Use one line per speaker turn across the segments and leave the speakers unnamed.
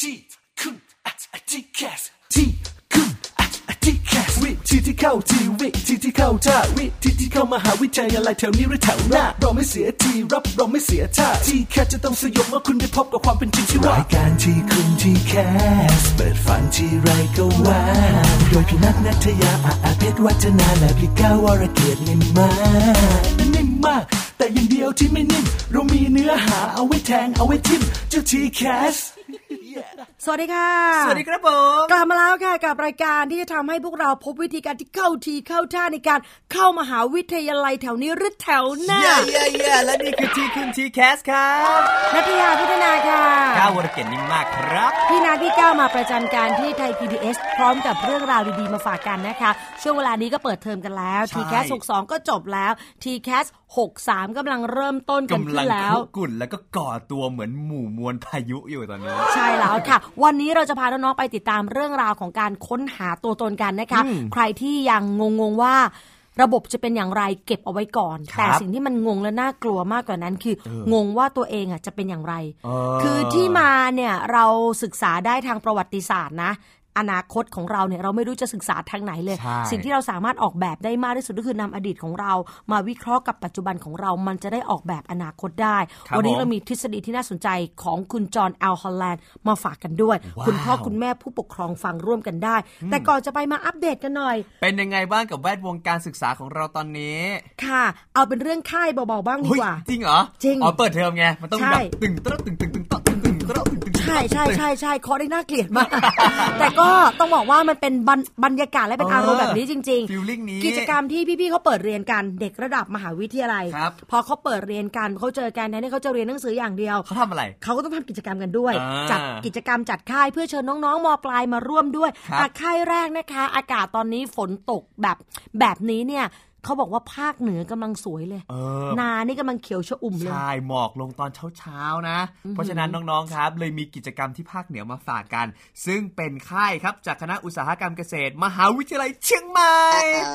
ที่คุณอาทิแคสที่คุณอาทิแคสวิธีที่เข้าทีวิธีที่เข้าท่าวิธีที่เข้ามหาวิทยาลัยแถวนี้หรือแถวหน้าเราไม่เสียทีรับเราไม่เสียท่าที่แคสจะต้องสยบเมื่อคุณได้พบกับความเป็นจริงที่ว่ารายการที่คุณที่แคสเปิดฝันที่ไรก็ว่าโดยพี่นักนัทยาอาอาเพชรวัฒนาและพี่ก้าววรเกียรตินิ่มมากนิ่มมาก แต่อย่างเดียวที่ไม่นิ่ม เรามีเนื้อหาเอาไว้แทงเอาไว้ทิมเจ้าทีแคส
สวัสดีค่ะ
สวัสดีครับผม
กลับมาแล้วค่ะกับรายการที่จะทำให้พวกเราพบวิธีการที่เข้าทีเข้าท่าในการเข้ามหาวิทยาลัยแถวนี้หรือแถวหน้า
เย่เย่เย่และนี่คือทีคุณทีแคสครับ
นัทยาพัฒนาค่ะ
ก้าววรเกียรตินิ่มมากครับ
พี่นาพี่ก้าวมาประจำการที่ไทย PBS พร้อมกับเรื่องราวดีๆมาฝากกันนะคะ ช่วงเวลานี้ก็เปิดเทอมกันแล้ว
ใช่
t c a s 62 ก็จบแล้ว t c a s 63กำลังเริ่มต้นกัน
กำ
ขึ้
ลัง
นแล้ว
คุกกุ่นแล้วก็ก่อตัวเหมือนหมู่มวลพายุอยู่ตอนนี้
ใช่แล้วค่ะ วันนี้เราจะพาน้องๆไปติดตามเรื่องราวของการค้นหาตัวตนกันนะคะ ใครที่ยังงงๆว่า ระบบจะเป็นอย่างไรเก็บเอาไว้ก่อน
ครับ
แต่สิ่งที่มันงงและน่ากลัวมากกว่านั้นคือ งงว่าตัวเองอ่ะจะเป็นอย่างไร
เออ
คือที่มาเนี่ยเราศึกษาได้ทางประวัติศาสตร์นะ อนาคตของเราเนี่ยเราไม่รู้จะศึกษาทางไหนเลย
ใช่
สิ่งที่เราสามารถออกแบบได้มากที่สุดก็คือนำอดีตของเรา มาวิเคราะห์กับปัจจุบันของเรา มันจะได้ออกแบบอนาคตได้
ครับ
วันี้
ผม
เรามีทฤษฎีที่น่าสนใจของคุณจอห์นแอลฮอลแลนด์มาฝากกันด้วย คุณพ่อคุณแม่ผู้ปกครองฟังร่วมกันได้ แต่ก่อนจะไปมาอัปเดตกันหน่อย
เป็นยังไงบ้างกับแวดวงการศึกษาของเราตอนนี้
ค่ะ เอาเป็นเรื่องค่ายเบาๆบ้างดี
เฮ้ย
กว่า
จริงเหรอ
จริง
อ๋อเปิดเทอมไงมันต้อง
ใช่
แบบตึงตระตึงตึงตึงตระตึงตึงตระตึงตึง
ใช่ใช่ใช่ใช่คอได้น่าเกลียด มาก แต่ก็ต้องบอกว่ามันเป็นบรรบรรยากาศและเป็นอารมณ์แบบนี้จริง ๆ
ฟิลลิ่งนี้
กิจกรรมที่พี่ๆเขาเปิดเรียนกันเด็กระดับมหาวิทยาลัย
ครับ
พอเขาเปิดเรียนกันเขาเจอกันแทนที่เขาจะเรียนหนังสืออย่างเดียว
เขาทำอะไร
เขาก็ต้องทำกิจกรรมกันด้วย
อ่า
จัดกิจกรรมจัดค่ายเพื่อเชิญน้องๆมปลายมาร่วมด้วย
ครับ
อ่ะค่ายแรกนะคะ อากาศตอนนี้ฝนตกแบบแบบนี้เนี่ยเขาบอกว่าภาคเหนือกำลังสวยเลย
เออ
นานี่กำลังเขียวชอุ่มเลย
ใช่หมอกลงตอนเช้าๆนะ เพราะฉะนั้นน้องๆครับ เลยมีกิจกรรมที่ภาคเหนือมาฝากกัน ซึ่งเป็นค่ายครับจากคณะอุตสาหกรรมเกษตร มหาวิทยาลัยเชียงใหม่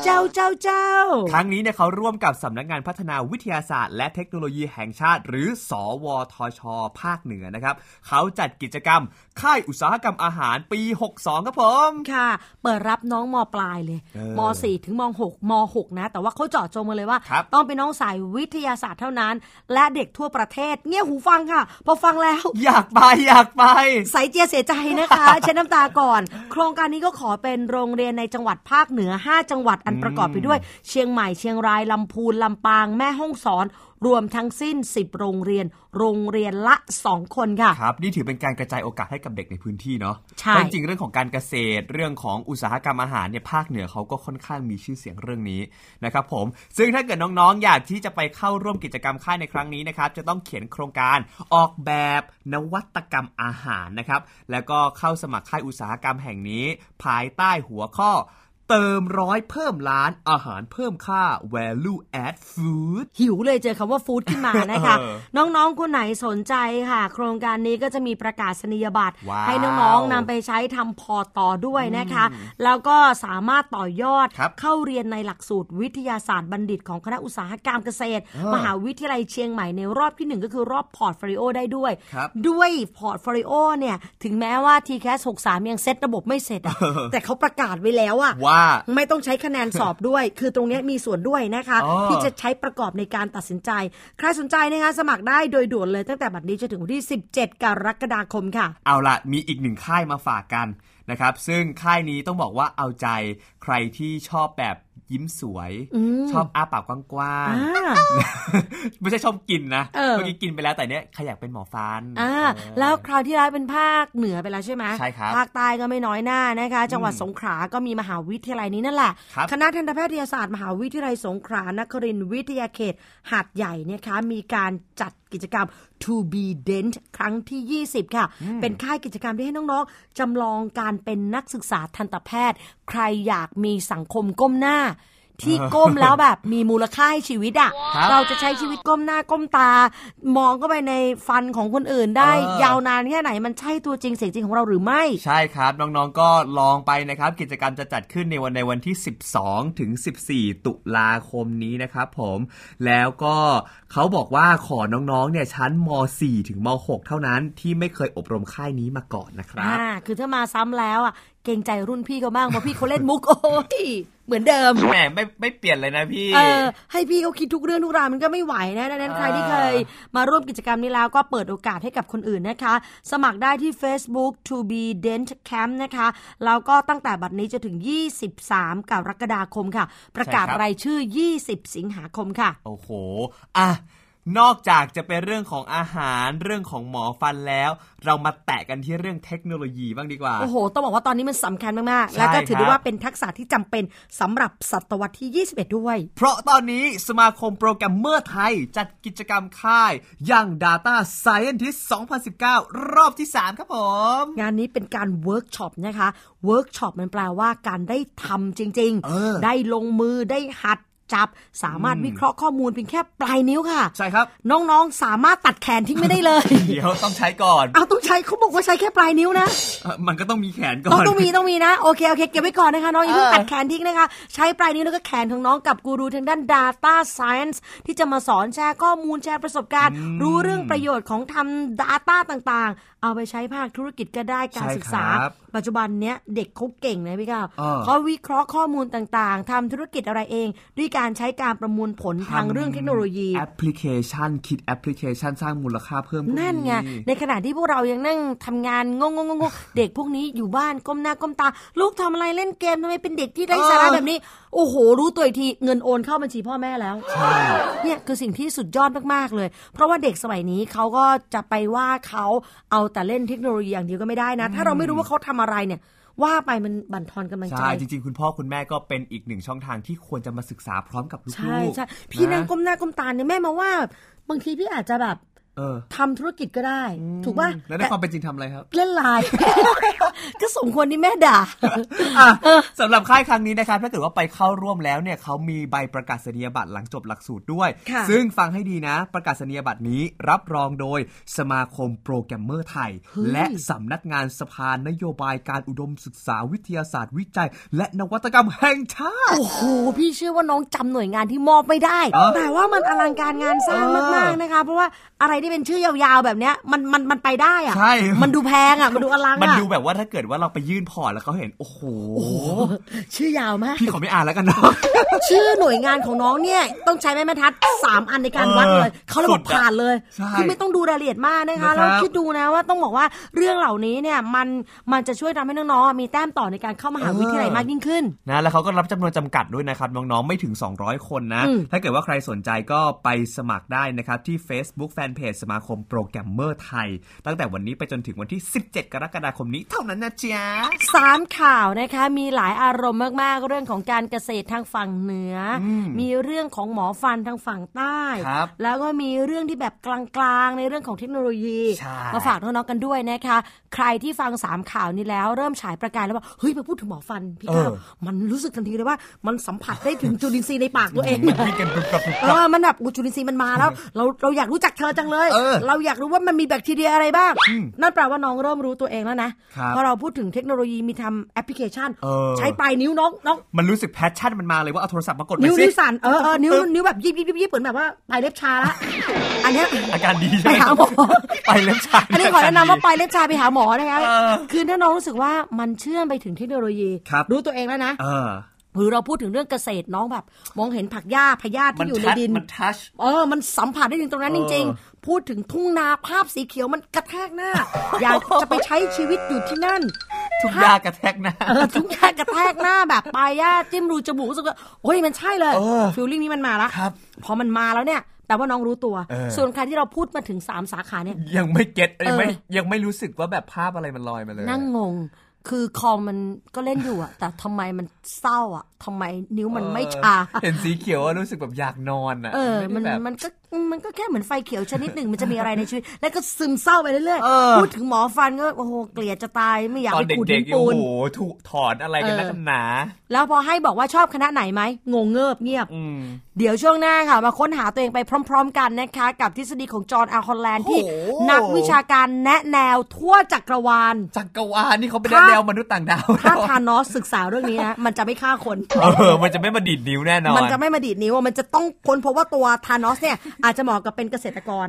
เจ้าเจ้าเจ้า
ครั้งนี้เนี่ยเขาร่วมกับสำนักงานพัฒนาวิทยาศาสตร์ และเทคโนโลยีแห่งชาติ หรือ สวทช ภาคเหนือนะครับ เขาจัดกิจกรรม ค่ายอุตสาหกรรมอาหารปี 62 ครับผม
ค่ะ เปิดรับน้องมปลายเลย
เออ
มสี่ถึงมหกมหกนะ แต่ว่าเขาเจาะจงมาเลยว่า
ครับ
ต้องเป็นน้องสายวิทยาศาสตร์เท่านั้น และเด็กทั่วประเทศ เงี่ยหูฟังค่ะ พอฟังแล้ว
อยากไปอยากไป
ใสเจียเสียใจ นะคะ เช็ดน้ำตาก่อน โครงการนี้ก็ขอเป็นโรงเรียนในจังหวัดภาคเหนือ 5 จังหวัดอันประกอบไปด้วย เชียงใหม่เชียงรายลำพูนลำปางแม่ฮ่องสอน รวมทั้งสิ้น 10 โรงเรียน โรงเรียนละ 2 คนค่ะ
ครับนี่ถือเป็นการกระจายโอกาสให้กับเด็กในพื้นที่เนาะ
ใช่
เพราะจริงๆเรื่องของการเกษตรเรื่องของอุตสาหกรรมอาหารเนี่ยภาคเหนือเขาก็ค่อนข้างมีชื่อเสียงเรื่องนี้นะครับผม ซึ่งถ้าเกิดน้องๆ อยากที่จะไปเข้าร่วมกิจกรรมค่ายในครั้งนี้นะครับจะต้องเขียนโครงการออกแบบนวัตกรรมอาหารนะครับแล้วก็เข้าสมัครค่ายอุตสาหกรรมแห่งนี้ ภายใต้หัวข้อ เติมร้อยเพิ่มล้านอาหารเพิ่มค่า value add food
หิวเลยเจอคำว่าฟู้ดขึ้นมานะคะ
เออ
น้องๆ คนไหนสนใจค่ะ โครงการนี้ก็จะมีประกาศนียบัตร
ว้าว
ให้น้องๆนำไปใช้ทำพอต่อด้วยนะคะ แล้วก็สามารถต่อยอด
ครับ
เข้าเรียนในหลักสูตรวิทยาศาสตร์บัณฑิตของคณะอุตสาหกรรมเกษตร
เออ
มหาวิทยาลัยเชียงใหม่ในรอบที่หนึ่งก็คือรอบพอร์ตโฟลิโอได้ด้วย
ครับ
ด้วยพอร์ตโฟลิโอเนี่ยถึงแม้ว่า t c a s 63 ยังเซตระบบไม่เสร็จอะแต่เขาประกาศไว้แล้วอะ
ว่า
ไม่ต้องใช้คะแนนสอบด้วย คือตรงเนี้ยมีส่วนด้วยนะคะ
อ๋อ
ที่จะใช้ประกอบในการตัดสินใจ ใครสนใจนะคะสมัครได้โดยด่วนเลยตั้งแต่บัดนี้จนถึงวันที่ 17 กรกฎาคมค่ะ
เอาละมีอีกหนึ่งค่ายมาฝากกันนะครับ ซึ่งค่ายนี้ต้องบอกว่าเอาใจใครที่ชอบแบบยิ้มสวย
อืม
ชอบอ้าปากกว้าง
อ่า
ๆ ไม่ใช่ชอบกินนะ
เออ
อกี้กินไปแล้วแต่เนี้ยใครอยากเป็นหมอฟัน
อ่า
เออ
แล้วคราวที่แล้วเป็นภาคเหนือไปแล้วใช่ไหม
ใช่ครับ
ภาคใต้ก็ไม่น้อยหน้านะคะ จังหวัดสงขลาก็มีมหาวิทยาลัยนี้นั่นแหละ
ครับ
คณะทันตแพทยศาสตร์มหาวิทยาลัยสงขลานครินทร์วิทยาเขตหาดใหญ่เนยคะมีการจัดกิจกรรม To be Dent ครั้งที่ 20 ค่ะ เป็นค่ายกิจกรรมที่ให้น้องๆจำลองการเป็นนักศึกษาทันตแพทย์ ใครอยากมีสังคมก้มหน้า ที่ก้มแล้วแบบมีมูลค่าให้ชีวิตอะ
ครับ
เราจะใช้ชีวิตก้มหน้าก้มตา มองเข้าไปในฟันของคนอื่นได้
เออ
ยาวนานแค่ไหนมันใช่ตัวจริงเสียงจริงของเราหรือไม่
ใช่ครับน้องๆก็ลองไปนะครับ กิจกรรมจะจัดขึ้นในวันในวันที่ 12 ถึง 14 ตุลาคมนี้นะครับผม แล้วก็เขาบอกว่าขอน้องๆเนี่ยชั้นม 4 ถึงม 6 เท่านั้นที่ไม่เคยอบรมค่ายนี้มาก่อนนะครับ
อ่า คือถ้ามาซ้ำแล้วอ่ะ เกรงใจรุ่นพี่เขาบ้างเพราะพี่เขาเล่นมุก โอ้ยเหมือนเดิม
แหมไม่ไม่เปลี่ยนเลยนะพี่
เออ ให้พี่เขาคิดทุกเรื่องทุกราวมันก็ไม่ไหวนะดังนั้น
เออ
ใครที่เคยมาร่วมกิจกรรมนี้แล้วก็เปิดโอกาสให้กับคนอื่นนะคะ สมัครได้ที่ Facebook to be dent camp นะคะแล้วก็ตั้งแต่บัดนี้จะถึง 23กรกฎาคมค่ะ ประกาศรายชื่อ 20 สิงหาคมค่ะ
โอ้โห อ่ะ นอกจากจะเป็นเรื่องของอาหารเรื่องของหมอฟันแล้ว เรามาแตะกันที่เรื่องเทคโนโลยีบ้างดีกว่า
โอ้โห ต้องบอกว่าตอนนี้มันสำคัญมากๆ
ใช่
แล้วก็ถือได้
ครับ
ว่าเป็นทักษะที่จำเป็นสำหรับศตวรรษที่ 21 ด้วย
เพราะตอนนี้สมาคมโปรแกรมเมอร์ไทย จัดกิจกรรมค่ายอย่าง Data Scientist 2019 รอบที่ 3 ครับผม
งานนี้เป็นการเวิร์กช็อปนะคะ เวิร์กช็อปมันแปลว่าการได้ทำจริง
เออ
ได้ลงมือได้หัดจับ สามารถวิเคราะห์ข้อมูลเพียงแค่ปลายนิ้วค่ะ
ใช่ครับ
น้องๆ สามารถตัดแขนทิ้งไม่ได้เลย
เดี๋ยวต้องใช้ก่อน
เอาต้องใช้เขาบอกว่าใช้แค่ปลายนิ้วนะ
เอ่อมันก็ต้องมีแขนก่อ
ต้อง
น
ต้องมีต้องมีนะ โอเค โอเค เก็บไว้ก่อนนะคะน้องอย่าเพิ่ง
เออ
ตัดแขนทิ้งนะคะ ใช้ปลายนิ้วแล้วก็แขนของน้องกับกูรูทางด้าน Data Science ที่จะมาสอนแชร์ข้อมูลแชร์ประสบการณ์ รู้เรื่องประโยชน์ของทำ Data ต่างๆ เอาไปใช้ภาคธุรกิจก็ได้การศึกษา
ใช่ครับ
ปัจจุบันเนี้ยเด็กเขาเก่งนะพี่ก้าว
เออ
เขาวิเคราะห์ข้อมูลต่างๆทำธุรกิจอะไรเอง ด้วยการใช้การประมวลผลทาง
ทำ
เรื่องเทคโนโลยี
แอปพลิเคชัน คิดแอปพลิเคชันสร้างมูลค่าเพิ่มก็
นั่นไง
มี
ในขณะที่พวกเรายังนั่งทำงานงงงงง เด็กพวกนี้อยู่บ้านก้มหน้าก้มตา ลูกทำอะไรเล่นเกมทำไมเป็นเด็กที่ไร้สาระ
เออ
แบบนี้ โอ้โห รู้ตัวอีกทีเงินโอนเข้าบัญชีพ่อแม่แล้ว เนี่ยคือสิ่งที่สุดยอดมาก ๆ เลย เพราะว่าเด็กสมัยนี้เขาก็จะไปว่าเขาเอาแต่เล่นเทคโนโลยีอย่างเดียวก็ไม่ได้นะ ถ้าเราไม่รู้ว่าเขาทำอะไรเนี่ย ว่าไปมันบั่นทอนกำลังใจ
ใช่ จริง ๆ คุณพ่อคุณแม่ก็เป็นอีกหนึ่งช่องทางที่ควรจะมาศึกษาพร้อมกับลูกๆ
ใช่ใช่พี่นั่งก้มหน้าก้มตาเนี่ยแม่มาว่าแบบบางทีพี่อาจจะแบบ
เออ
ทำธุรกิจก็ได้ ถูกป่ะ
แล้วใน
แต่
ความเป็นจริงทำอะไรครับ
เล่นไลน์ ก็สมควรที่แม่ด่า
อ่ะสำหรับค่ายครั้งนี้นะครับถ้าเกิดว่าไปเข้าร่วมแล้วเนี่ยเขามีใบประกาศนียบัตรหลังจบหลักสูตรด้วย
ค่ะ
ซึ่งฟังให้ดีนะ ประกาศนียบัตรนี้รับรองโดยสมาคมโปรแกรมเมอร์ไทย และสำนักงานสภานโยบายการอุดมศึกษาวิทยาศาสตร์วิจัย และนวัตกรรมแห่งชาติ
โอ้โห พี่เชื่อว่าน้องจำหน่วยงานที่มอบไม่ได้
เออ
แต่ว่ามันอลังการงานสร้าง
เออ
มากๆนะคะ เพราะว่าอะไรที่เป็นชื่อยาวๆแบบเนี้ยมันมันมันไปได้อะ
ใช่
มันดูแพงอะมันดูอลัง
มัน
อะ
ดูแบบว่าถ้าเกิดว่าเราไปยื่นพอร์ตแล้วเขาเห็น โอ้โห
ชื่อยาวมาก
พี่ขอไม่อ่านแล้วกันเนาะ
ชื่อหน่วยงานของน้องเนี่ย ต้องใช้แม่บรรทัด 3 อันในการวัดเลย
เออ
เขาเลยบอก
สุดอะ
ผ่านเลย
ใช่
คือไม่ต้องดูรายละเอียดมากนะคะ
นะครับ
แล้วคิดดูนะว่าต้องบอกว่าเรื่องเหล่านี้เนี่ยมันมันจะช่วยทำให้น้องๆมีแต้มต่อในการเข้ามหาวิทยาลัย
เออ
มากยิ่งขึ้น
นะแล้วเขาก็รับจำนวนจำกัดด้วยนะครับ น้อง ๆ ไม่ถึง 200 คนนะ
อืม
ถ้าเกิดว่าใครสนใจก็ไปสมัครได้นะครับ ที่ Facebook Fanpage สมาคมโปรแกรมเมอร์ไทย ตั้งแต่วันนี้ไปจนถึงวันที่ 17 กรกฎาคมนี้เท่านั้นนะ จ๊ะ
สามข่าวนะคะมีหลายอารมณ์มาก ๆ เรื่องของการเกษตรทางฝั่งเหนืออ
ม
มีเรื่องของหมอฟันทางฝั่งใต้
ครับ
แล้วก็มีเรื่องที่แบบกลางๆ ในเรื่องของเทคโนโลยี
ใช่
มาฝากน้องๆกันด้วยนะคะ ใครที่ฟังสามข่าวนี้แล้วเริ่มฉายประกายแล้วว่าเฮ้ยมาพูดถึงหมอฟันพี่ก้าวมันรู้สึกทันทีเลยว่ามันสัมผัสได้ถึงจุลินทรีย์ในปากตัวเอง
วิ่งกันปุ๊บปุ๊บปุ๊บ
เออ มันแบบอุยจุลินทรีย์มันมาแล้ว เราเราอยากรู้จักเธอจังเลย
เออ
เราอยากรู้ว่ามันมีแบคทีเรียอะไรบ้าง นั่นแปลว่าน้องเริ่มรู้ตัวเองแล้วนะ
ครับ
พอเราพูดถึงเทคโนโลยีมีทำแอปพลิเคชัน
เออ
ใช้ปลายนิ้วน้องน้อง
มันรู้สึกแพชชั่นมันมาเลยว่าเอาโทรศัพท์มากดไป
นิ้ว
สิ
นิ้วสั่นเออเออนิ้วนิ้วแบบยิบยิบยิบยิบเหมือนแบบว่าปลายเล็บชาละ อันเนี้ย
อาการดีใช่ไหม
ไปหาหมอ
ไปเล็บชัน
อันนี้ขอแนะนำว่าปลายเล็บชาไปหาหมอนะคะ
เออ
คือถ้าน้องรู้สึกว่ามันเชื่อมไปถึงเทคโนโลยี
ครับ
รู้ตัวเองแล้วนะ
เออ
หรือเราพูดถึงเรื่องเกษตรน้องแบบ มองเห็นผักหญ้าพยาธิ
มัน
ที่อยู่ใน
ทัช
ดิน
มันทัช
เออ มันสัมผัสได้ถึงตรงนั้นจ
เออ
ริง ๆ พูดถึงทุ่งนาภาพสีเขียวมันกระแทกห น้า อยากจะไปใช้ชีวิตอยู่ที่นั่น
ทุกยากระแทกหน้า
เออทุ่งหญ้ากระแทกหน้าแบบปลายหญ้าจิ้มรูจมูกรู้สึกว่าโอ้ยมันใช่เลย
เออ
ฟิลลิ่งนี้มันมาละ
ครับ
พอมันมาแล้วเนี่ยแต่ว่าน้องรู้ตัว
เออ
ส่วนใครที่เราพูดมาถึงสามสาขาเนี่ย
ยังไม่เก็ตยังไม่
เออ
ยังไม่รู้สึกว่าแบบภาพอะไรมันลอยมาเลย
นั่งงง คือคอมมันก็เล่นอยู่อะแต่ทำไมมันเศร้าอะทำไมนิ้วมันไม่ชา
เออเห็นสีเขียวอะรู้สึกแบบอยากนอนอ่ะ
เออ มัน
ไได้แบบ
มันก็ อืมมันก็แค่เหมือนไฟเขียวชนิดหนึ่งมันจะมีอะไรในชี วิต แล้วก็ซึมเศร้าไปเรื่อย
เออ
ๆพูดถึงหมอฟันก็โอ้โหเกลียดจะตายไม่อยาก
ตอน
ไปขูดหิ
เด็ก
น
ๆ
ปู
โอ้
น
โหถูกถอนอะไรกันนัก
เออ
หนา
แล้วพอให้บอกว่าชอบคณะไหนไหมงงเงิบเงียบ
อืม
เดี๋ยวช่วงหน้าค่ะ มาค้นหาตัวเองไปพร้อม ๆ กันนะคะ กับทฤษฎีของจอห์นอาร์คอนแลนด์ที่
โอ้โห
นักวิชาการแนะแนวทั่วจักรวาล
จักรวาลนี่เขาเป็น
ถ้า
แนวมนุษย์ต่างดาว
ถ้าทานอสศึกษาเรื่องนี้ นะ มันจะไม่ฆ่าคน
เออ มันจะไม่มาดีดนิ้วแน่นอน
มันจะไม่มาดีดนิ้วมันจะต้องค้นพบว่าตัวทานอสเนี่ย อาจจะเหมาะกับเป็นเกษตรกร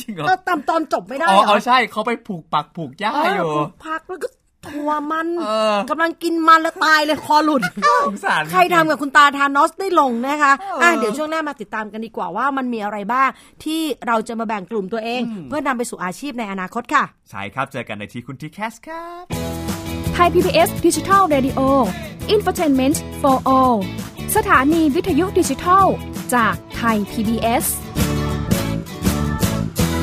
จริงเหรอ
ก็ตามตอนจบไม่ได้
อ๋อ
เหร
เอา
อ
ใช่เขาไปผูกปักผูกย่า
เออ
อ
ป
ยู่
ลูกผักแล้วก็ทัวมัน
เออ
กำลังกินมันแล้วตายเลยคอหลุด
สงสาร
ใครทำกับคุณตาทานอสได้ลงนะคะ
เอออ่
อ่ะเดี๋ยวช่วงหน้ามาติดตามกันดีกว่าว่ามันมีอะไรบ้าง ที่เราจะมาแบ่งกลุ่มตัวเอง
อืม
เพื่อนำไปสู่อาชีพในอนาคตค่ะ
ใช่ครับเจอกันในทีคุณที่แคสครับ
ไทย PBS ดิจิทัล Radio Infotainment for All สถานีวิทยุดิจิทัล จากไทย PBS
ที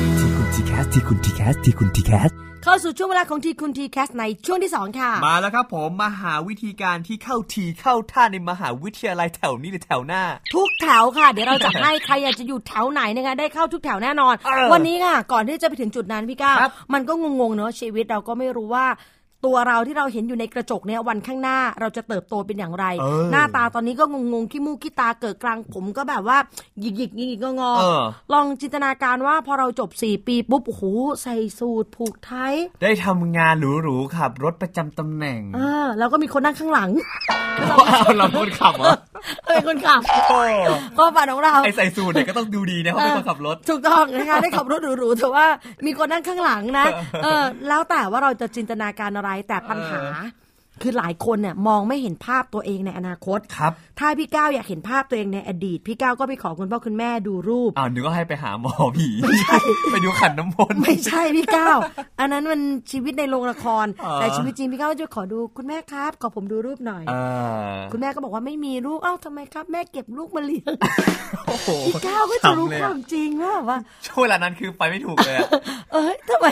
คุณทีแคสทีคุณทีแคสทีคุณทีแคส
เข้าสู่ช่วงเวลาของทีคุณทีแคสในช่วงที่ 2 ค่ะ
มาแล้วครับผมมหาวิธีการที่เข้าทีเข้าท่าในมหาวิทยาลัยแถวนี้หรือแถวหน้า
ทุกแถวค่ะ เดี๋ยวเราจะให้ใครอยากจะอยู่แถวไหนนะคะได้เข้าทุกแถวแน่นอน
เออ
วันนี้ค่ะ ก่อนที่จะไปถึงจุดนั้นพี่ก้าว
ครับ
มันก็งงๆเนอะชีวิตเราก็ไม่รู้ว่า ตัวเราที่เราเห็นอยู่ในกระจกเนี่ยวันข้างหน้าเราจะเติบโตเป็นอย่างไร
เออ
หน้าตาตอนนี้ก็งงๆขี้มูกขี้ตาเกิดกลางผมก็แบบว่าหยิกๆหยิกๆงง
เออ
ๆลองจินตนาการว่าพอเราจบ 4 ปีปุ๊บโอ้โหใส่สูทผูกไท
ได้ทำงานหรูๆขับรถประจำตำแหน่ง
อ่าแล้วก็มีคนนั่งข้างหลั ง
เอาเราคนขับเหรอ
เป็นคนขับ
โอ้
ก็ฝันของเรา
ไอใส่สูตรเนี่ยก็ต้องดูดีนะเขาะเป็นคนขับรถ
ถูกต้องนะคะได้ขับรถหรูๆแต่ว่ามีคนนั่งข้างหลัง นะเออแล้วแต่ว่าเราจะจินตนาการอะไรแต่ปัญหา คือหลายคนเนี่ยมองไม่เห็นภาพตัวเองในอนาคต
ครับ
ถ้าพี่ก้าวอยากเห็นภาพตัวเองในอดีต พี่ก้าวก็ไปขอคุณพ่อคุณแม่ดูรูป
อ้าวนึกว่าให้ไปหาหมอ ผีไปดูขันน้ำมนต์
ไม่ใช่พี่ก้าวอันนั้นมันชีวิตในโรงละคร
เออ
แต่ชีวิตจริงพี่ก้าวจะขอดูคุณแม่ครับ ขอผมดูรูปหน่อย
เออ
คุณแม่ก็บอกว่าไม่มีลูกเอ้าทำไมครับ แม่เก็บลูกมาเลี้ยง
โอ้โห
พี่ก้าวก็จะรู้
ช้ำเลยว
คามจริงว่าแบบว่า
ช่วงเวลานั้นคือไปไม่ถูกเลยอะ
เอ้ยทำไม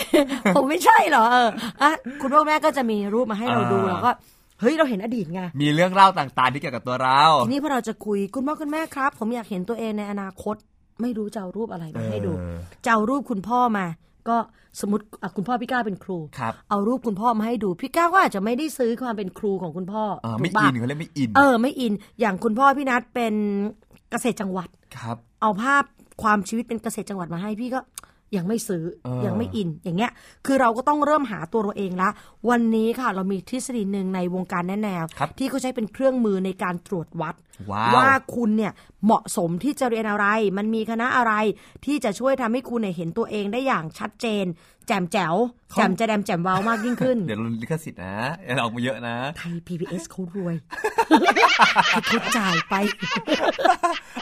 ผมไม่ใช่เหรอเอออ่ะคุณพ่อแม่ก็จะมีรูปมาให้เราดู
อ่า
แล้วก็เฮ้ยเราเห็นอดีตไง
มีเรื่องเล่าต่างๆที่เกี่ยวกับตัวเรา
ทีนี้พอเราจะคุยคุณพ่อคุณแม่ครับ ผมอยากเห็นตัวเองในอนาคต ไม่รู้จะเอารูปอะไรมาให้ดู
เออ
จะเอารูปคุณพ่อมา ก็สมมติอ่ะคุณพ่อพี่ก้าเป็นครู
ครับ
เอารูปคุณพ่อมาให้ดูพี่ก้าก็อาจจะไม่ได้ซื้อความเป็นครูของคุณพ่อ
อ่า
ถู
ไม่
กปะ
อินเขาเรียกไม่อิน
เออไม่อินอย่างคุณพ่อพี่นัทเป็นเกษตรจังหวัด
ครับ
เอาภาพความชีวิตเป็นเกษตรจังหวัดมาให้พี่ก็ยังไม่ซื้อ
เออ
ยังไม่อินอย่างเงี้ย คือเราก็ต้องเริ่มหาตัวเราเองละวันนี้ค่ะ เรามีทฤษฎีหนึ่งในวงการแนะแนว
ครับ
ที่เขาใช้เป็นเครื่องมือในการตรวจวัด
ว้าว
คุณเนี่ยเหมาะสมที่จะเรียนอะไร มันมีคณะอะไรที่จะช่วยทำให้คุณเนี่ยเห็นตัวเองได้อย่างชัดเจน แจ่มแจ๋วแจ่มจะแดมแจ่มเว้ามากยิ่งขึ้น
เดี๋ยวโดนลิขสิทธิ์นะอย่าออกมาเยอะนะ
ไทย PBS เขารวย เขาจ่ายไป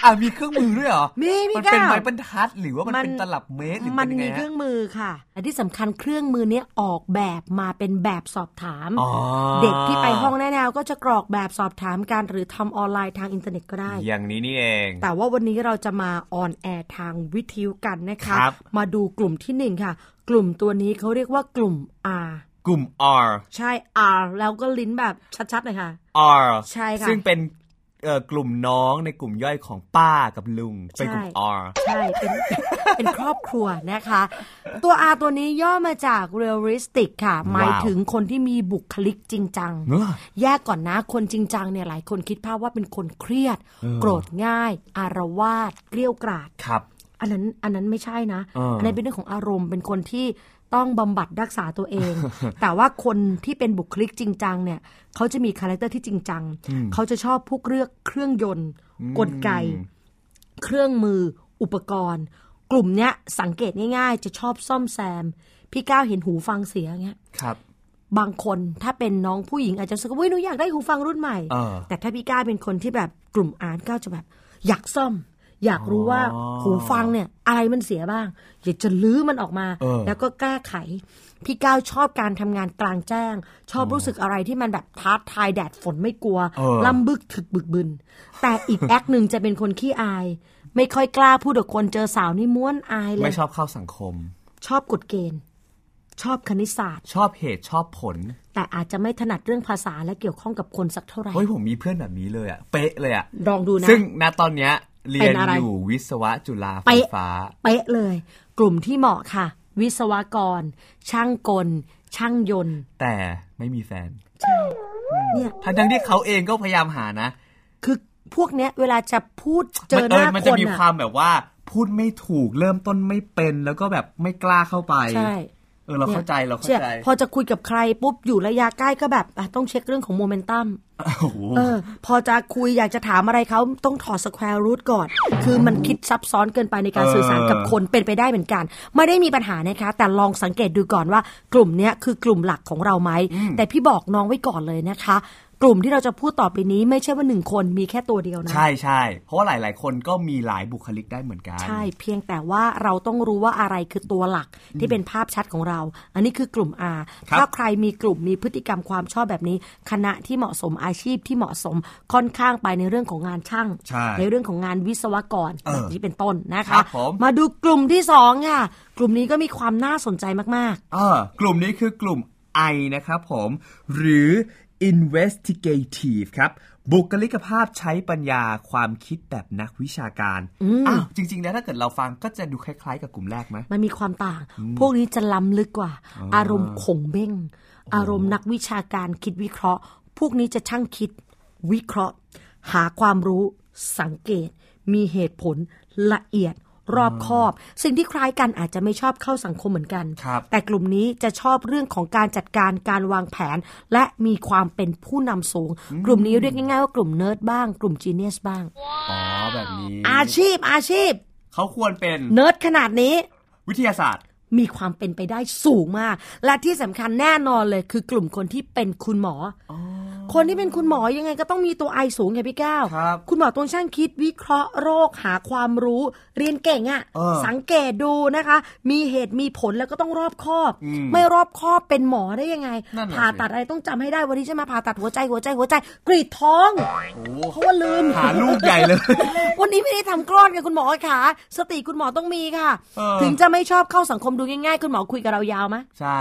อ่ะมีเครื่องมือด้วยเหรอ
มีมี
มันเป็น
ก้าว
ไม้บรรทัดหรือว่ามันเป็นตลับเมตรหรือ
มัน
เป็นยังไง
มีเค
ฮะ
รื่องมือค่ะและที่สำคัญเครื่องมือเนี้ยออกแบบมาเป็นแบบสอบถาม
อ๋อ
เด็กที่ไปห้องแนะแนวก็จะกรอกแบบสอบถามการหรือทำออนไลน์ทางอินเทอร์เน็ตก็ได้
อย่างนี้นี่เอง
แต่ว่าวันนี้เราจะมาออนแอร์ทางวิทยุกันนะคะ
ครับ
มาดูกลุ่มที่หนึ่งค่ะ กลุ่มตัวนี้เขาเรียกว่ากลุ่ม R
กลุ่ม R
ใช่ R แล้วก็ลิ้นแบบชัดๆเลยค่ะ
R
ใช่ค่ะ
ซึ่งเป็นเอ่อกลุ่มน้องในกลุ่มย่อยของป้ากับลุง เป็นกลุ่ม R
ใช่ เป็น เป็นครอบครัวนะคะ ตัว R ตัวนี้ย่อมาจาก realistic ค่ะ หมายถึงคนที่มีบุคลิกจริงจัง
เนอะ
แยกก่อนนะ คนจริงจังเนี่ยหลายคนคิดภาพว่าเป็นคนเครียด โกรธง่าย อารวาสเกลี้ยวกราด
ครับ
อันนั้นอันนั้นไม่ใช่นะ
เอออั
นนั้นเป็นเรื่องของอารมณ์เป็นคนที่ต้องบำบัดรักษาตัวเอง แต่ว่าคนที่เป็นบุคลิกจริงจังเนี่ยเขาจะมีคาแรคเตอร์ที่จริงจัง เขาจะชอบพวกเรื่องเครื่องยนต์ กลไก เครื่องมือ อุปกรณ์ กลุ่มเนี้ยสังเกตง่ายๆ จะชอบซ่อมแซม พี่ก้าวเห็นหูฟังเสียเงี้ย
ครับ
บางคนถ้าเป็นน้องผู้หญิงอาจจะรู้สึกว่าเฮ้ยหนูอยากได้หูฟังรุ่นใหม่
เออ
แต่ถ้าพี่ก้าเป็นคนที่แบบกลุ่มอาร์ตก้าวจะแบบ อยากซ่อม อยากรู้ว่า
อ๋อ
หูฟังเนี่ยอะไรมันเสียบ้าง อยากจะลื้อมันออกมา
เออ
แล้วก็แก้ไข พี่ก้าวชอบการทำงานกลางแจ้ง ชอบรู้สึกอะไรที่มันแบบท้าทายแดดฝนไม่กลัว
เออ
ลำบึกถึกบึกบึน แต่อีกแอคหนึ่งจะเป็นคนขี้อาย ไม่ค่อยกล้าพูดกับคนเจอสาวนี่ม้วนอายเล
ไม่
ย
ชอบเข้าสังคม
ชอบกฎเกณฑ์ ชอบคณิตศาสตร์
ชอบเหตุชอบผล
แต่อาจจะไม่ถนัดเรื่องภาษาและเกี่ยวข้องกับคนสักเท่าไหร่
เฮ้ยผมมีเพื่อนแบบนี้เลยอะเป๊ะเลยอะ
ลองดูนะ
ซึ่งณตอนเนี้ย เรี
เป็
ยน
นอะไร
อยู่วิศวะจุฬาไฟ
เป๊ะ
ฟ้า
เป๊ะเลย กลุ่มที่เหมาะค่ะ วิศวกร ช่างกล ช่างยนต์
แต่ไม่มีแฟน
เนี่ย
ทั้งทั้งๆที่เขาเองก็พยายามหานะ
คือพวกเนี้ยเวลาจะพูดเจอ
มัน
หน้า
มัน
ค
จะ
น
มีควา
อ่ะ
มแบบว่า พูดไม่ถูกเริ่มต้นไม่เป็นแล้วก็แบบไม่กล้าเข้าไป
ใช่
เออเราเข้าใจเราเข้า
ชื่อ
ใจ
พอจะคุยกับใครปุ๊บอยู่ระยะใกล้ก็แบบอ่ะต้องเช็คเรื่องของโมเมนตัม
โอ้โห
เออพอจะคุยอยากจะถามอะไรเขาต้องถอดสแควร์รูทก่อน คือมันคิดซับซ้อนเกินไปในการ
เออ
สื่อสารกับคนเป็นไปได้เหมือนกัน ไม่ได้มีปัญหานะคะ แต่ลองสังเกตดูก่อนว่ากลุ่มเนี้ยคือกลุ่มหลักของเราไหม แต่พี่บอกน้องไว้ก่อนเลยนะคะ กลุ่มที่เราจะพูดต่อไปนี้ไม่ใช่ว่าหนึ่งคนมีแค่ตัวเดียวนะ
ใช่ใช่เพราะว่าหลาย ๆ คนก็มีหลายบุคลิกได้เหมือนกัน
ใช่เพียงแต่ว่าเราต้องรู้ว่าอะไรคือตัวหลักที่เป็นภาพชัดของเรา อันนี้คือกลุ่ม R
ครับ
ถ้าใครมีกลุ่มมีพฤติกรรมความชอบแบบนี้ คณะที่เหมาะสมอาชีพที่เหมาะสมค่อนข้างไปในเรื่องของงานช่าง
ใช่
เรื่องของงานวิศวกร
เออ
แบบนี้เป็นต้นนะ
ครั
คะ
บผม
ดูกลุ่มที่สองค่ะกลุ่มนี้ก็มีความน่าสนใจมาก
เออกลุ่มนี้คือกลุ่ม I นะครับผม หรือ investigative ครับ บุคลิกภาพใช้ปัญญาความคิดแบบนักวิชาการอ้าวจริง ๆ แล้วถ้าเกิดเราฟังก็จะดูคล้าย ๆ กับกลุ่มแรกไหม
ๆ มันมีความต่าง พวกนี้จะล้ำลึกกว่า อารมณ์ขงเบ้ง อารมณ์นักวิชาการคิดวิเคราะห์ พวกนี้จะช่างคิด วิเคราะห์ หาความรู้ สังเกต มีเหตุผล ละเอียด รอบคอบ สิ่งที่คล้ายกันอาจจะไม่ชอบเข้าสังคมเหมือนกัน
ครับ
แต่กลุ่มนี้จะชอบเรื่องของการจัดการการวางแผน และมีความเป็นผู้นำสูง กลุ่มนี้เรียกง่ายๆว่ากลุ่มเนิร์ดบ้าง กลุ่มจีเนียสบ้าง
อ๋อแบบนี้
อาชีพอาชีพ
เขาควรเป็น
เนิร์ดขนาดนี้
วิทยาศาสตร์
มีความเป็นไปได้สูงมาก และที่สำคัญแน่นอนเลยคือกลุ่มคนที่เป็นคุณหมออคนที่เป็นคุณหมอยังไงก็ต้องมีตัวไอสูงไงพี่ก้าว
ครับ
คุณหมอต้องช่างคิดวิเคราะห์โรคหาความรู้ เรียนเก่งอะ่ะ
เออ
สังเกตดูนะคะ มีเหตุมีผลแล้วก็ต้องรอบคอบ
อืม
ไม่รอบคอบเป็นหมอได้ยังไง
นั่นน่ะสิ
ผ่าตัดอะไรต้องจำให้ได้วันนี้จะมาผ่าตัดหัวใจหัวใจหัวใจ กรีดท้อง
โอ้
เพราะว่าลืม
หาลูกใหญ่ เลย
วันนี้ไม่ได้ทำคลอดไงคุณหมอค่ะ สติคุณหมอต้องมีค่ะ
เออ
ถึงจะไม่ชอบเข้าสังคมดูง่ายๆ คุณหมอคุยกับเรายาวไหม
ใช่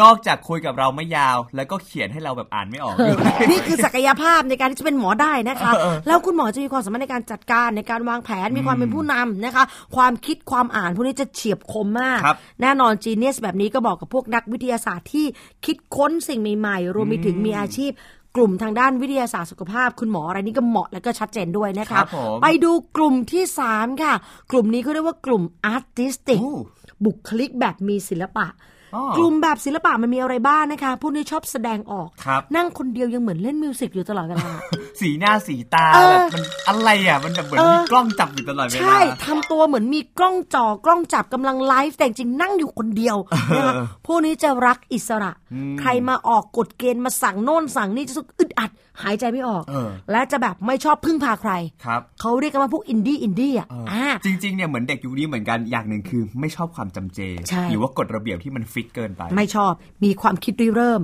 นอกจากคุยกับเราไม่ยาว แล้วก็เขียนให้เราแบบอ่านไม่ออกด้วย
นี่คือศักยภาพในการที่จะเป็นหมอได้นะคะ แล้วคุณหมอจะมีความสามารถในการจัดการในการวางแผนมีความเป็นผู้นำนะคะ ความคิดความอ่านพวกนี้จะเฉียบคมมาก
ครับ
แน่นอนจีเนียสแบบนี้ก็บอกกับพวกนักวิทยาศาสตร์ที่คิดค้นสิ่งใหม่ๆ รวมไปถึงมีอาชีพ กลุ่มทางด้านวิทยาศาสตร์สุขภาพ คุณหมออะไรนี่ก็เหมาะและก็ชัดเจนด้วยนะคะ
ครับผม
ไปดูกลุ่มที่สามค่ะ กลุ่มนี้เขาเรียกว่ากลุ่มอาร์ติสติก
อู้
บุคลิกแบบมีศิลปะ
อ๋อก
ลุ่มแบบศิลปะมันมีอะไรบ้างนะคะ พวกนี้ชอบแสดงออก
ครับ
นั่งคนเดียวยังเหมือนเล่นมิวสิกอยู่ตลอดเวลา
สีหน้าสีตา
เออ
แบบมันอะไรอ่ะ มันแบบเหมือน
เออ
มีกล้องจับอยู่ตลอดเวลา
ใช่ทำตัวเหมือนมีกล้องจอกล้องจับกำลังไลฟ์แต่จริงๆนั่งอยู่คนเดียวนะคะพวกนี้จะรักอิสระ ใครมาออกกฎเกณฑ์มาสั่งโน่นสั่งนี่จะรู้สึกอึดอัด หายใจไม่ออก
เออ
และจะแบบไม่ชอบพึ่งพาใคร
ครับ
เขาเรียกกันว่าพวกอินดี้อินดี้อ่ะอ่า
จริงๆ เนี่ยเหมือนเด็กยุคนี้เหมือนกันอย่างหนึ่งคือไม่ชอบความจำเจ
ใช่
หรือว่ากฎระเบียบที่มันฟิกเกินไป
ไม่ชอบ มีความคิดริเริ่ม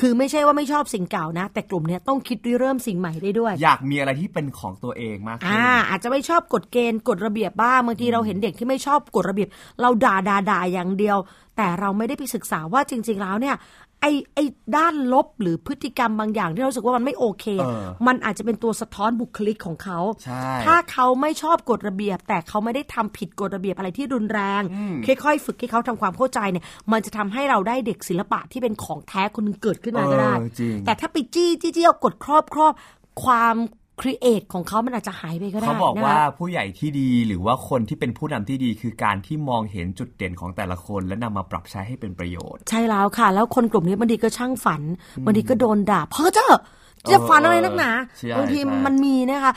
คือไม่ใช่ว่าไม่ชอบสิ่งเก่านะ แต่กลุ่มเนี้ยต้องคิดริเริ่มสิ่งใหม่ได้ด้วย
อยากมีอะไรที่เป็นของตัวเองมากขึ้น
อ่า อาจจะไม่ชอบกฎเกณฑ์กฎระเบียบบ้าง บางทีเราเห็นเด็กที่ไม่ชอบกฎระเบียบ เราด่าด่าด่าอย่างเดียว แต่เราไม่ได้ไปศึกษาว่าจริง ๆ แล้วเนี่ย ไอ้ไอ้ด้านลบหรือพฤติกรรมบางอย่างที่เรารู้สึกว่ามันไม่โอเค
เออ
มันอาจจะเป็นตัวสะท้อนบุคลิกของเขา
ใช่
ถ้าเขาไม่ชอบกฎระเบียบ แต่เขาไม่ได้ทำผิดกฎระเบียบอะไรที่รุนแรง ค่อยๆ ฝึกให้เขาทำความเข้าใจเนี่ย มันจะทำให้เราได้เด็กศิลปะที่เป็นของแท้คนหนึงเกิดขึ้นมาก็ได้
เออจริง
แต่ถ้าไปจี้จี้จี้เอากดครอบครอบความครีเอทของเขามันอาจจะหายไปก็ได้
เขาบอก
นะคะ
ว่าผู้ใหญ่ที่ดีหรือว่าคนที่เป็นผู้นำที่ดีคือการที่มองเห็นจุดเด่นของแต่ละคน และนำมาปรับใช้ให้เป็นประโยชน์
ใช่แล้วค่ะ แล้วคนกลุ่มนี้บางทีก็ช่างฝันบางทีก็โดนด่าเพ้อเจ้อจะฝันอะไรนักหนา
ใช่
บางที
ใช่
มันมีนะคะ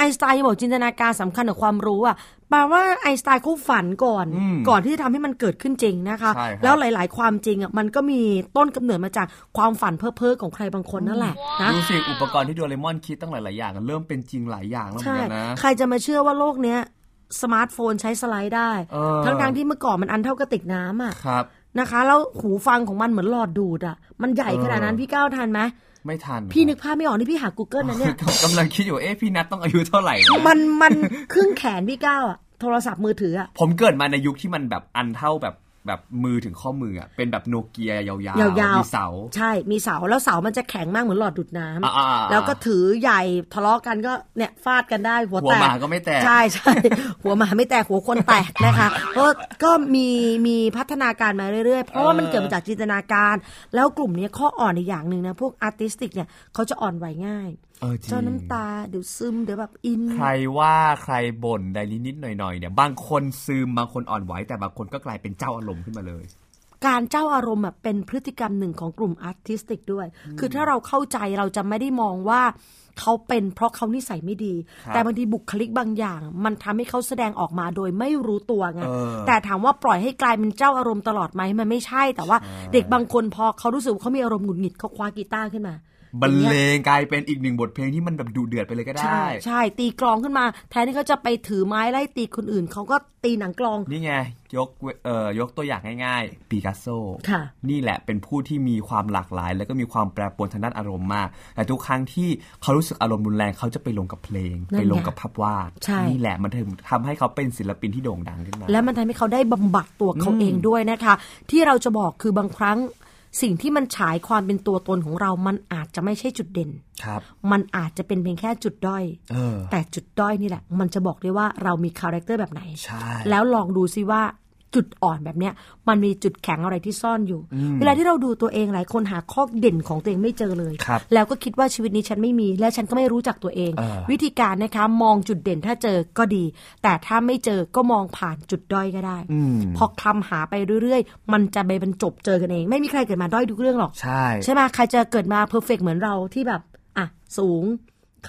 ไอน์สไตน์บอกจินตนาการสำคัญกับความรู้อ่ะแปลว่าไอน์สไตน์เขาฝันก่อน ก่อนที่จะทำให้มันเกิดขึ้นจริงนะคะ
ใช่ครับ
แล้วหลาย ๆ ความจริงอ่ะมันก็มีต้นกำเนิดมาจากความฝันเพ้อเพ้อๆของใครบางคนนั่นแหละนะ
ดูสิอุปกรณ์ที่โดเรมอนคิดตั้งหลายๆอย่างเริ่มเป็นจริงหลายอย่างแล้วเหมือ
ใช่
นกันนะ
ใครจะมาเชื่อว่าโลกเนี้ยสมาร์ทโฟนใช้สไลด์ได้
เออ
ทั้งๆที่เมื่อก่อนมันอันเท่ากระติกน้ำอ่ะ
ครับ
นะคะ แล้วหูฟังของมันเหมือนหลอดดูดอ่ะ มันใหญ่ขนาดนั้น
เออ
พี่ก้าวทันไหม
ไม่ทัน
พี่นึกภาพไม่ออกนี่พี่หา Google นะ เนี่ย
กำลังคิดอยู่เอ๊ะพี่นัทต้องอายุเท่าไหร่นะ
มันมันครึ่งแขนพี่ก้าวอ่ะ โทรศัพท์มือถืออ่ะ
ผมเกิดมาในยุคที่มันแบบอันเท่าแบบ แบบมือถึงข้อมืออ่ะเป็นแบบโนเกียยาวๆ
ยาวๆ
มีเสา
ใช่มีเสาแล้วเสามันจะแข็งมากเหมือนหลอดดูดน้ำ
อ่าๆๆ
แล้วก็ถือใหญ่ทะเลาะกันก็เนี่ยฟาดกันได้หัว
หัว
แตก
หมาก็ไม่แตก
ใช่ใช่ หัวหมาไม่แตกหัวคนแตกนะคะก็ก็มีมีพัฒนาการมาเรื่อยๆ เพราะว่ามันเกิดมาจากจินตนาการ แล้วกลุ่มเนี้ยข้ออ่อนอีกอย่างหนึ่งนะพวกอาร์ติสติกเนี่ยเขาจะอ่อนไหวง่าย
เออจริง
เจ้าน้ำตาเดี๋ยวซึมเดี๋ยวแบบอิน
ใครว่าใครบ่นใดนิดๆหน่อยๆเนี่ยบางคนซึมบางคนอ่อนไหวแต่บางคนก็กลายเป็นเจ้าอารมณ์ขึ้นมาเลย
การเจ้าอารมณ์อะเป็นพฤติกรรมหนึ่งของกลุ่มอาร์ติสติกด้วย คือถ้าเราเข้าใจเราจะไม่ได้มองว่าเขาเป็นเพราะเขานิสัยไม่ดี
ครับ
แต่บางทีบุคลิกบางอย่าง มันทำให้เขาแสดงออกมาโดยไม่รู้ตัวไง
เออ
แต่ถามว่าปล่อยให้กลายเป็นเจ้าอารมณ์ตลอดไหมมันไม่ใช่ แต่ว่าเด็กบางคนพอเขารู้สึกว่าเขามีอารมณ์หงุดหงิดเขาคว้ากีตาร์ขึ้นมา
บรร
อย่าง
เล
งี้ย
งกลายเป็นอีกหนึ่งบทเพลงที่มันแบบดูเดือดไปเลยก็ได้
ใช่ใช่ตีกลองขึ้นมา แทนที่เขาจะไปถือไม้ไล่ตีคนอื่นเขาก็ตีหนังกลอง
นี่ไงยกเวเอ่อยกตัวอย่างง่ายๆ ปิกัสโซ
ค่ะ
นี่แหละเป็นผู้ที่มีความหลากหลาย แล้วก็มีความแปรปรวนทางด้านอารมณ์มาก แต่ทุกครั้งที่เขารู้สึกอารมณ์รุนแรงเขาจะไปลงกับเพลง
นั่นไง
ไปลงกับภาพวาด
ใช่
นี่แหละมันถึงทำให้เขาเป็นศิลปินที่โด่งดังขึ้นมา
และมันทำให้เขาได้บำบัดตัวเขาเองด้วยนะคะ ที่เราจะบอกคือบางครั้ง สิ่งที่มันฉายความเป็นตัวตนของเรามันอาจจะไม่ใช่จุดเด่น
ครับ
มันอาจจะเป็นเพียงแค่จุดด้อย
เออ
แต่จุดด้อยนี่แหละ มันจะบอกได้ว่าเรามีคาแรคเตอร์แบบไหน
ใช่
แล้วลองดูซิว่าจุดอ่อนแบบเนี้ย มันมีจุดแข็งอะไรที่ซ่อนอยู่ เวลาที่เราดูตัวเองหลายคนหาข้อเด่นของตัวเองไม่เจอเลย
ครับ
แล้วก็คิดว่าชีวิตนี้ฉันไม่มี และฉันก็ไม่รู้จักตัวเอง
เออ
วิธีการนะคะมองจุดเด่นถ้าเจอก็ดี แต่ถ้าไม่เจอก็มองผ่านจุดด้อยก็ได้พอคลำหาไปเรื่อยๆ มันจะไปบรรจบเจอกันเอง ไม่มีใครเกิดมาด้อยทุกเรื่องหรอก
ใช่
ใช่ไหมใครจะเกิดมาเพอร์เฟกเหมือนเราที่แบบ อ่ะ สูง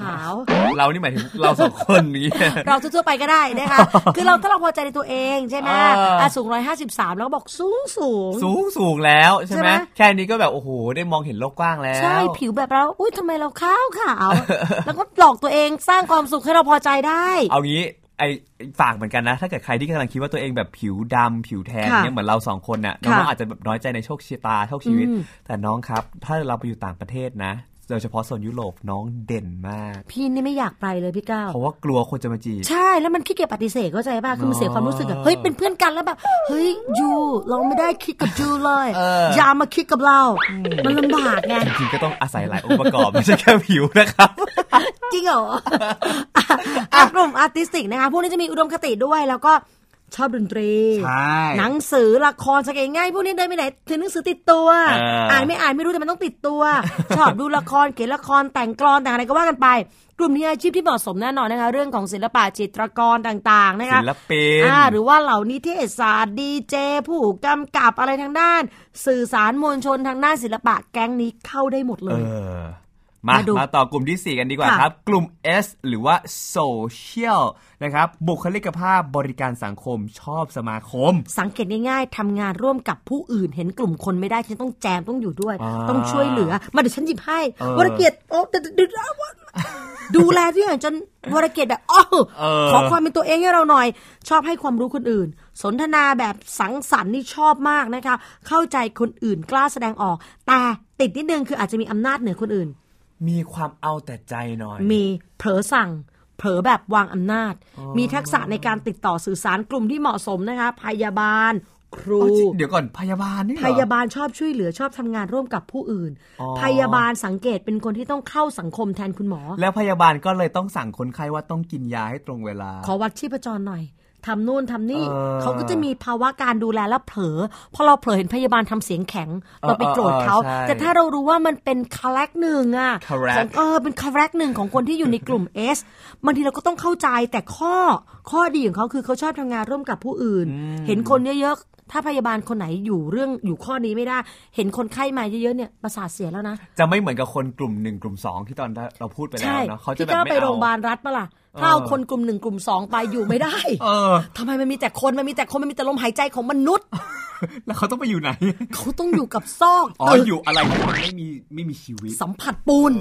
ขาว
เรานี่หมายถึงเราสองคนนี้
เราทั่วๆไปก็ได้นะคะ คือเราถ้าเราพอใจในตัวเองใช่ไหม
เอออ่
อ่ะสูง 153 แล้วก็บอกสูงสูง
สูงสูงแล้วใช่ไหม
ใช่ไหม
แค่นี้ก็แบบโอ้โหได้มองเห็นโลกกว้างแล้ว
ใช่ผิวแบบเรา อุ้ยทำไมเราขาวขาว แล้วก็หลอกตัวเองสร้างความสุขให้เราพอใจได้
เอางี้ไอฝากเหมือนกันนะ ถ้าเกิดใครที่กำลังคิดว่าตัวเองแบบผิวดำผิวแทน
ค่ะ
เนี่ยเหมือนเราสองคนน่ะน้
ค่ะ
องๆอาจจะแบบน้อยใจในโชคชะตาโชคชีวิต
อืม
แต่น้องครับ ถ้าเราไปอยู่ต่างประเทศนะโดยเฉพาะโซนยุโรปน้องเด่นมาก
พี่นี่ไม่อยากไปเลยพี่ก้าว
เพราะว่ากลัวคนจะมาจีบ
ใช่ แล้วมันขี้เกียจปฏิเสธเข้าใจป่ะ คือมันเสียความรู้สึกอะ
เนอะ
เฮ้ย เป็นเพื่อนกันแล้วแบบ เฮ้ยยูเราไม่ได้คิดกับยูเลย
เอออ
อย่ามาคิดกับเรา มันลำบากไง
จริงๆก็ต้องอาศัยหลายองค์ประกอบ ไม่ใช่แค่ผิวนะครับ
จริงเหรออ่ะอ่ะกลุ่มอาร์ติสติกนะคะ พวกนี้จะมีอุดมคติด้วย แล้วก็ชอบดนตรี
ใช่
หนังสือละครสักอย่างง่ายพวกนี้เดินไปไหนถือหนังสือติดตัว
เอออ่
อ่านไม่อ่านไม่รู้แต่มันต้องติดตัว ชอบดูละครเขียนละครแต่งกลอนแต่งอะไรก็ว่ากันไป กลุ่มนี้อาชีพที่เหมาะสมแน่นอนนะคะ เรื่องของศิลปะจิตรกรต่างๆนะคะ
ศิลปิน
อ่าหรือว่าเหล่านิเทศศาสตร์ดีเจผู้กำกับอะไรทางด้าน สื่อสารมวลชนทางด้านศิลปะแก๊งนี้เข้าได้หมดเล
เอย อ มา
มาดู
มาต่อกลุ่มที่ 4 กันดีกว่า
ค่ะ
ครับ กลุ่ม S หรือว่า Social นะครับ บุคลิกภาพบริการสังคมชอบสมาคม
สังเกตง่ายๆ ทำงานร่วมกับผู้อื่น เห็นกลุ่มคนไม่ได้ฉันต้องแจมต้องอยู่ด้วย
อ่า
ต้องช่วยเหลือ มาเดี๋ยวฉันหยิบให้
เออ
วรเกียรติโอ้ดดดดดูแลทุกอย่างจนวรเกียรติแบบอ้อ
เออ
ขอความเป็นตัวเองให้เราหน่อย ชอบให้ความรู้คนอื่น สนทนาแบบสังสรรค์นี่ชอบมากนะคะ เข้าใจคนอื่นกล้าแสดงออก แต่ติดนิดนึงคืออาจจะมีอำนาจเหนือคนอื่น
มีความเอาแต่ใจหน่อย
มีเผลอสั่ง เผลอแบบวางอำนาจ มีทักษะในการติดต่อสื่อสารกลุ่มที่เหมาะสมนะคะ พยาบาล ครู
เอาจริงเดี๋ยวก่อนพยาบาลนี่เหรอ
พยาบาลชอบช่วยเหลือชอบทำงานร่วมกับผู้อื่น
อ๋อ
พยาบาลสังเกตเป็นคนที่ต้องเข้าสังคมแทนคุณหมอ
แล้วพยาบาลก็เลยต้องสั่งคนไข้ว่าต้องกินยาให้ตรงเวลา
ขอวัดชีพจรหน่อยทำนู่นทำนี่
เออ
เขาก็จะมีภาวะการดูแลแล้วเผลอพอเราเผลอเห็นพยาบาลทำเสียงแข็ง เราไปโกรธเขา
เออเออใช่
แต่ถ้าเรารู้ว่ามันเป็นคาแรคหนึ่งอะข
Correct
องเออเป็นคาแรคหนึ่งของคนที่อยู่ในก ลุ่ม S บางทีเราก็ต้องเข้าใจแต่ข้อข้อดีของเขาคือเขาชอบทำงานร่วมกับผู้อื่น เห็นคนเยอะๆถ้าพยาบาลคนไหนอยู่เรื่องอยู่ข้อนี้ไม่ได้ เห็นคนไข้มาเยอะๆเนี่ยประสาทเสียแล้วนะ
จะไม่เหมือนกับคนกลุ่มหนึ่งกลุ่มสองที่ตอนเราพูดไปแล้ว
ใช่
เนาะเขาจะ
พี่
แบบ
ก้าว
ไม่
ไป
เอา
โรงพยาบาลรัฐปะล่ะถ้าเอาคนกลุ่มหนึ่งกลุ่มสองไปอยู่ไม่ได้
เออ
ทำไมมันมีแต่คนมันมีแต่คนมันมีแต่ลมหายใจของมนุษ ย์
แล้วเขาต้องไปอยู่ไหน
เขาต้องอยู่กับซอก
อ๋อ
ตึก
อยู่อะไรที่มันไม่มีไม่มีชีวิต
สัมผัสปูน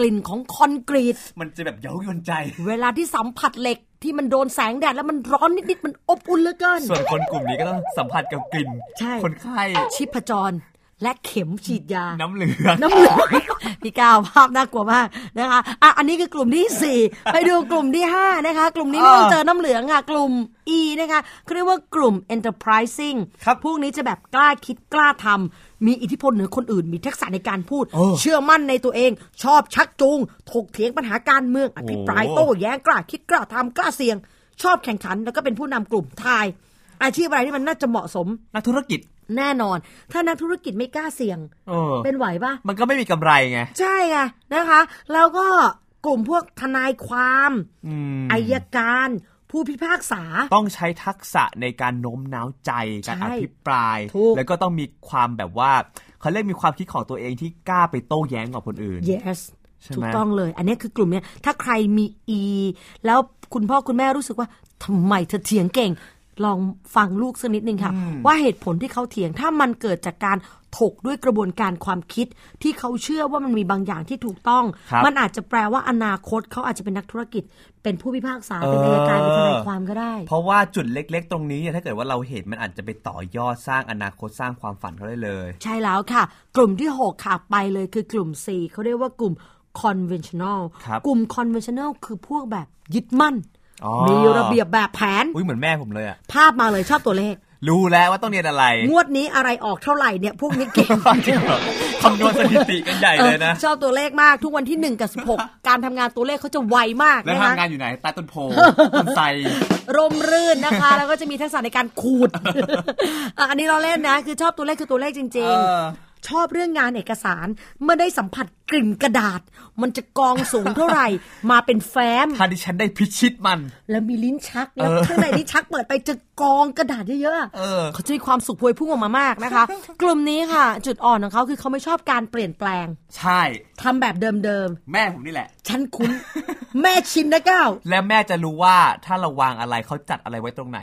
กลิ่นของคอนกรีต
มันจะแบบเย้ายวนใจ
เวลาที่สัมผัสเหล็กที่มันโดนแสงแดดแล้วมันร้อนนิดๆมันอบอุ่นเหลือเกิน
ส่วนคนกลุ่มนี้ก็ต้องสัมผัสกับกลิ่น
ใช่
คนไข้
ชีพจร และเข็มฉีดยา
น้ำเหลือง
น้ำเหลือง พี่ก้าวภาพน่ากลัวมากนะคะอ่ะอันนี้คือกลุ่มที่ 4 ไปดูกลุ่มที่ 5 นะคะ กลุ่มนี้ไม่ต้อง
อ่า
เจอน้ำเหลืองอ่ะ กลุ่ม E นะคะเขาเรียกว่ากลุ่ม enterprising
ครับ
พวกนี้จะแบบกล้าคิดกล้าทำมีอิทธิพลเหนือคนอื่น มีทักษะในการพูด
เออ
เชื่อมั่นในตัวเอง ชอบชักจูง ถกเถียงปัญหาการเมืองอภิปราย
โอ้
โต้แย้งกล้าคิดกล้าทำกล้าเสี่ยง ชอบแข่งขันแล้วก็เป็นผู้นำกลุ่มทาย อาชีพอะไรที่มันน่าจะเหมาะสม
นักธุรกิจ
แน่นอน ถ้านักธุรกิจไม่กล้าเสี่ยง
เออ
เป็นไหวปะ
มันก็ไม่มีกำไรไง
ใช่ไงนะคะ แล้วก็กลุ่มพวกทนายความ
อืม
อายการ ผู้พิพากษา
ต้องใช้ทักษะในการโน้มน้าวใจ การ
ใช่
อภิปราย
ถูก
แล้วก็ต้องมีความแบบว่าเขาเรียกมีความคิดของตัวเองที่กล้าไปโต้แย้งกับคนอื่น
yes
ใช่ไหม
ถูกต้องเลย อันนี้คือกลุ่มเนี้ยถ้าใครมี E แล้วคุณพ่อคุณแม่รู้สึกว่าทำไมเธอเถียงเก่ง ลองฟังลูกสักนิดนึงค่ะ ว่าเหตุผลที่เขาเถียงถ้ามันเกิดจากการถกด้วยกระบวนการความคิด ที่เขาเชื่อว่ามันมีบางอย่างที่ถูกต้อง
ครับ
มันอาจจะแปลว่าอนาคตเขาอาจจะเป็นนักธุรกิจ เป็นผู้พิพากษา
เออ
เป็นอัยการเป็นทนายความก็ได้
เพราะว่าจุดเล็ก ๆ ตรงนี้เนี่ยถ้าเกิดว่าเราเห็นมันอาจจะไปต่อยอดสร้างอนาคตสร้างความฝันเขาได้เลย
ใช่แล้วค่ะ กลุ่มที่ 6 ค่ะ ไปเลยคือกลุ่ม 4 เขาเรียกว่ากลุ่ม conventional
ครับ
กลุ่ม conventional คือพวกแบบยึดมั่น
อ๋อ
มีระเบียบแบบแผน
อุ้ยเหมือนแม่ผมเลยอะ
ภาพมาเลยชอบตัวเลข
รู้แล้วว่าต้องเรียน อะไร
งวดนี้อะไรออกเท่าไหร่เนี่ย พวกนี้เก่ง
คำนวณสถิติกันใหญ่เลยนะ
ออชอบตัวเลขมากทุกวันที่ 1 กับ 16 การทำงานตัวเลขเขาจะไวมาก
แล้ว
นะคะ
ทำงานอยู่ไหนใต้ต้นโพต้นไทร
ร่มรื่นนะคะ แล้วก็จะมีทักษะในการขูด อ่ะอันนี้เราเล่นนะ คือชอบตัวเลขคือตัวเลขจริง
เออ
ๆ ชอบเรื่องงานเอกสาร เมื่อได้สัมผัสกลิ่นกระดาษ มันจะกองสูงเท่าไหร่ มาเป็นแฟ้ม
ถ้าดิฉันได้พิชิตมัน
แล้วมีลิ้นชักแล้ว
เออ
ข้างในลิ้นชักเปิดไปเจะกองกระดาษเยอะ
เออ
เขาจะมีความสุขพวยพุ่งออกมามาก นะคะ กลุ่มนี้ค่ะ จุดอ่อนของเขาคือเขาไม่ชอบการเปลี่ยนแปลง
ใช่
ทำแบบเดิม
แม่ผมนี่แหละ
ๆฉันคุ้น แม่ชินนะก้าว
และแม่จะรู้ว่าถ้าเราวางอะไรเขาจัดอะไรไว้ตรงไหน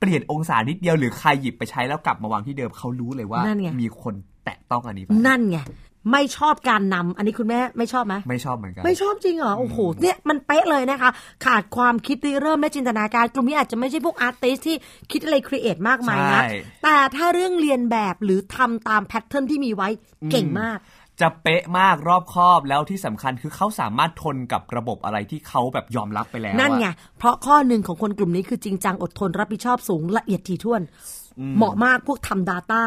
เปลี่ยนองศานิดเดียวหรือใครหยิบไปใช้แล้วกลับมาวางที่เดิมเขารู้เลยว่าน
ไง
มีคนแตะต้องอันนี้ไป
นั่นไงไม่ชอบการนำอันนี้คุณแม่ไม่ชอบไหม
ไม่ชอบเหมือนกัน
ไม่ชอบจริงเหรอ โอ้โห เนี่ย มันเป๊ะเลยนะคะ ขาดความคิดริเริ่มและจินตนาการ กลุ่มนี้อาจจะไม่ใช่พวกอาร์ติสที่คิดอะไรครีเอทมากมายนะ
ใช่
แต่ถ้าเรื่องเรียนแบบหรือทำตามแพทเทิร์นที่มีไว้เก่งมาก
จะเป๊ะมากรอบคอบแล้วที่สำคัญคือเขาสามารถทนกับระบบอะไรที่เขาแบบยอมรับไปแล้วอะ
นั่นไง เพราะข้อหนึ่งของคนกลุ่มนี้คือจริงจังอดทนรับผิดชอบสูงละเอียดถี่ถ้วน เหมาะมากพวกทำ Data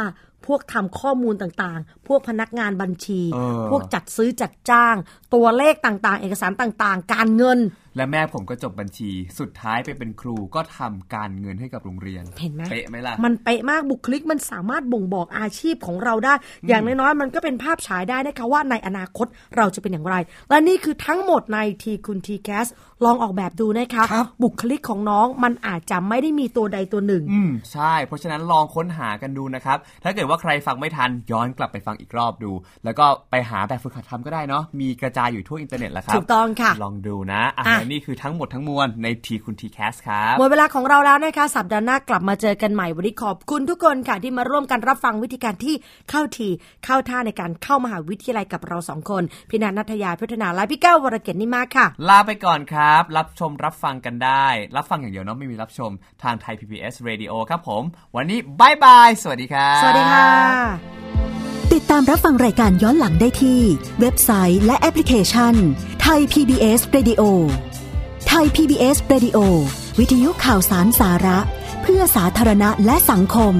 พวกทำข้อมูลต่างๆ พวกพนักงานบัญชี
เออ
พวกจัดซื้อจัดจ้าง ตัวเลขต่างๆ เอกสารต่างๆ การเงิน
และแม่ผมก็จบบัญชี สุดท้ายไปเป็นครูก็ทำการเงินให้กับโรงเรียน
เห็นไหม
เป๊ะไหมล่ะ
มันเป๊ะมากบุคลิกมันสามารถบ่งบอกอาชีพของเราได้ อย่างน้อยๆ มันก็เป็นภาพฉายได้นะคะว่าในอนาคตเราจะเป็นอย่างไร และนี่คือทั้งหมดในทีคุณทีแคสลองออกแบบดูนะคะ
ครับ
บุคลิกของน้องมันอาจจะไม่ได้มีตัวใดตัวหนึ่ง
อืมใช่ เพราะฉะนั้นลองค้นหากันดูนะครับ ถ้าเกิดว่าใครฟังไม่ทันย้อนกลับไปฟังอีกรอบดู แล้วก็ไปหาแบบฝึกหัดทำก็ได้เนาะมีกระจายอยู่ทั่วอินเทอร์เน็ตแล้วครับ
ถูกต้องค่ะ
ลองดูนะอ่ะ
อ่ะ
และนี่คือทั้งหมดทั้งมวลในทีคุณทีแคสครับ
หมดเวลาของเราแล้วนะคะ สัปดาห์หน้ากลับมาเจอกันใหม่วันนี้ขอบคุณทุกคนค่ะ ที่มาร่วมกันรับฟังวิธีการที่เข้าทีเข้าท่าในการเข้ามหาวิทยาลัยกับเราสองคนพี่นันนัทยาพิพัฒนาและพี่ก้าววรเกยรตนิมมากค่ะ
ลาไปก่อนครับ รับชมรับฟังกันได้ รับฟังอย่างเดียวเนาะไม่มีรับชมทางไทย PBS Radio ครับผม วันนี้บายบาย สวัสดีครับ
สวัสดีค่ะ
ติดตามรับฟังรายการย้อนหลังได้ที่ เว็บไซต์และแอปพลิเคชันไทย PBS Radio ไทย PBS Radio วิทยุข่าวสารสาระ เพื่อสาธารณะและสังคม